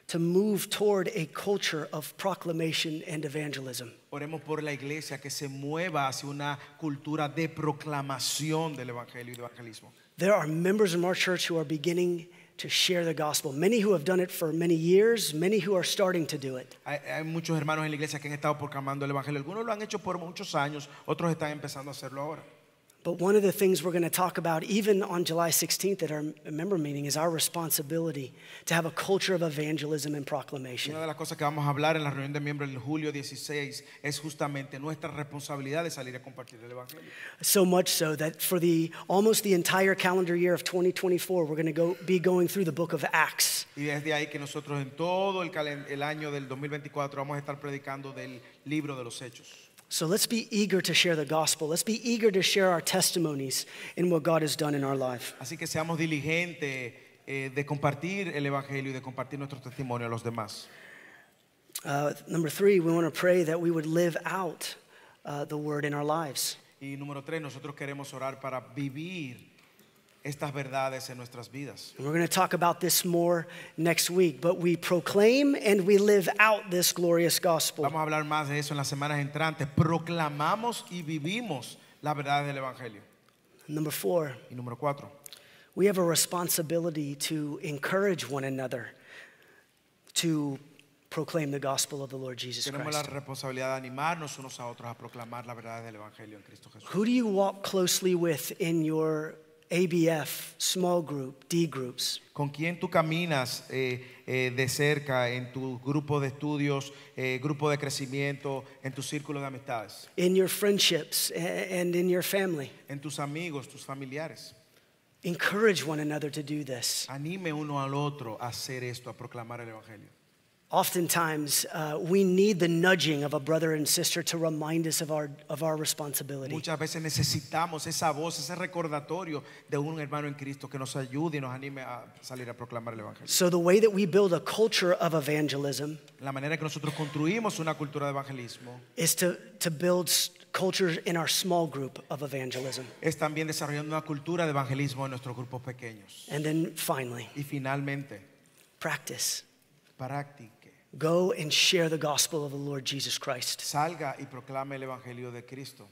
to move toward a culture of proclamation and evangelism.
oremos por la iglesia que se mueva hacia una cultura de proclamación del evangelio y de evangelismo.
There are members in our church who are beginning to share the gospel, many who have done it for many years, many who are starting to do it.
Hay, hay muchos hermanos en la iglesia que han estado proclamando el evangelio. Algunos lo han hecho por muchos años, otros están empezando a hacerlo ahora.
But one of the things we're going to talk about, even on July 16th at our member meeting, is our responsibility to have a culture of evangelism and
Y
proclamation.
Una de las cosas que vamos a hablar en la reunión de miembros el julio 16 es justamente nuestra responsabilidad de salir a compartir el evangelio.
So much so that for the almost the entire calendar year of 2024, we're going to go, be going through the book of Acts.
Y desde ahí que nosotros en todo el, calen- el año del 2024 vamos a estar predicando del libro de los hechos.
So let's be eager to share the gospel. Let's be eager to share our testimonies and what God has done in our life.
Así que seamos diligentes eh, de compartir el evangelio y de compartir nuestro testimonio a los demás.
Uh, number three, we want to pray that we would live out uh, the word in our lives.
Y número tres, nosotros queremos orar para vivir estas verdades en nuestras vidas.
We're going to talk about this more next week, but we proclaim and we live out this glorious gospel.
Vamos a hablar más de eso en las semanas entrantes. Proclamamos y vivimos las verdades del Evangelio.
Number four,
Y número cuatro,
we have a responsibility to encourage one another to proclaim the gospel of the Lord Jesus
tenemos la
Christ.
responsabilidad de animarnos unos a otros a proclamar las verdades del Evangelio en Cristo Jesús.
Who do you walk closely with in your ABF, small group, D groups?
¿Con quién tú caminas eh, eh, de cerca en tu grupo de estudios, eh, grupo de crecimiento, en tu círculo de amistades,
in your friendships a- and in your family.
en tus amigos, tus familiares?
Encourage one another to do this.
Anime uno al otro a hacer esto, a proclamar el Evangelio.
Oftentimes, uh, we need the nudging of a brother and sister to remind us of our, of our responsibility.
Muchas veces necesitamos esa voz, ese recordatorio de un hermano en Cristo que nos ayude y nos anime a salir a proclamar el Evangelio.
So, the way that we build a culture of evangelism
La manera que nosotros construimos una cultura de evangelismo
is to, to build s- cultures in our small group of evangelism.
es también desarrollando una cultura de evangelismo en nuestros grupos pequeños.
And then finally,
Y finalmente,
practice.
practique.
Go and share the gospel of the Lord Jesus Christ.
Salga y proclame el Evangelio de Cristo.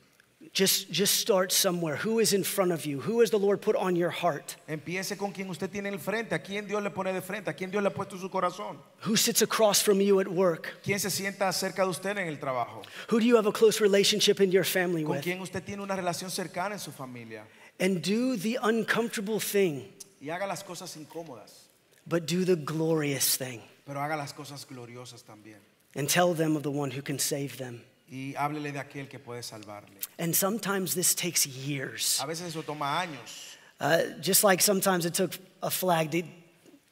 Just, just start somewhere. Who is in front of you? Who has the Lord put on your heart?
Empiece con quien usted tiene el frente, a quien Dios le pone de frente, a quien Dios le ha puesto en su corazón.
Who sits across from you at work?
Quien se sienta cerca de usted en el trabajo.
Who do you have a close relationship in your family
Con
with?
quien usted tiene una relación cercana en su familia.
And do the uncomfortable thing,
Y haga las cosas incómodas,
but do the glorious thing.
pero haga las cosas gloriosas también.
And tell them of the one who can save them.
Y háblele de aquel que puede salvarle.
And sometimes this takes years.
A veces eso toma años.
Uh, just like sometimes it took a flag to,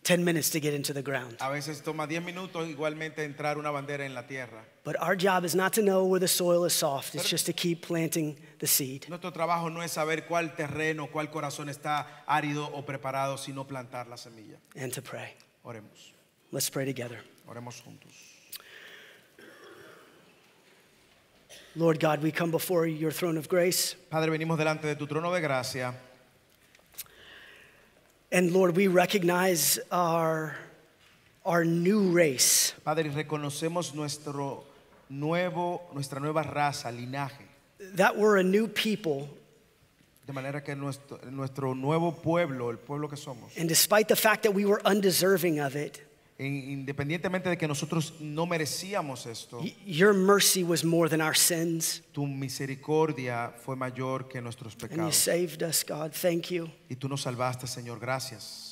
10 minutes to get into the ground.
A veces toma 10 minutos igualmente entrar una bandera en la tierra.
But our job is not to know where the soil is soft, it's just to keep planting the seed.
Nuestro trabajo no es saber cuál terreno, cuál corazón está árido o preparado, sino plantar la semilla.
and to pray.
Oremos,
Let's pray together.
oremos juntos.
Lord God, we come before your throne of grace.
Padre, venimos delante de tu trono de gracia
And Lord, we recognize our, our new race.
Padre, y reconocemos nuestro nuevo, nuestra nueva raza, linaje.
that we're a new people.
De manera que nuestro, nuestro nuevo pueblo, el pueblo que somos,
And despite the fact that we were undeserving of it,
in- independientemente de que nosotros no merecíamos esto,
y- your mercy was more than our sins.
tu misericordia fue mayor que nuestros
And you
pecados.
saved us, God. Thank you. Oh,
Y tú nos salvaste, Señor, gracias.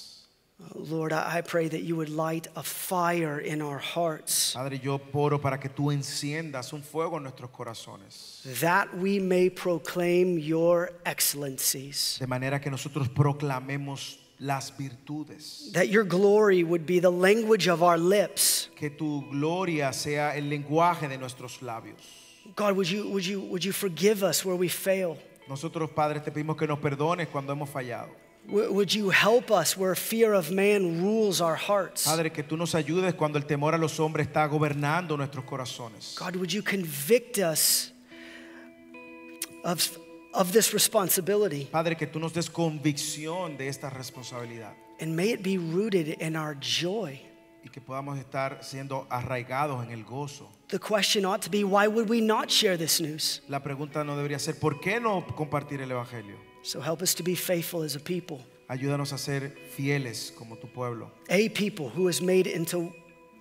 Lord, I I pray that you would light a fire in our hearts
Padre, yo poro para que tú enciendas un fuego en nuestros corazones,
that we may proclaim your excellencies,
de manera que nosotros proclamemos las virtudes,
that your glory would be the language of our lips.
que tu gloria sea el lenguaje de nuestros labios.
God, would you, would you, would you forgive us where we fail?
Nosotros, Padre, te pedimos que nos perdones cuando hemos fallado.
W- Would you help us where fear of man rules our hearts?
Padre, que tú nos ayudes cuando el temor a los hombres está gobernando nuestros corazones.
God, would you convict us of, of this responsibility?
Padre, que tú nos des convicción de esta responsabilidad
And may it be rooted in our joy.
y que podamos estar siendo arraigados en el gozo.
The question ought to be why would we not share this news?
La pregunta no debería ser, ¿por qué no compartir el Evangelio?
So help us to be faithful as a people,
Ayúdanos a ser fieles como tu pueblo.
a people who is made into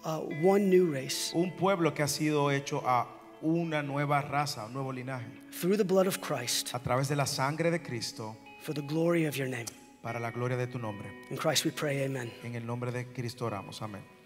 uh, one new race
Un pueblo que ha sido hecho a una nueva raza, un nuevo linaje,
through the blood of Christ
a través de la sangre de Cristo,
for the glory of your name.
para la gloria de tu nombre.
In Christ we pray, amen.
En el nombre de Cristo oramos. Amén.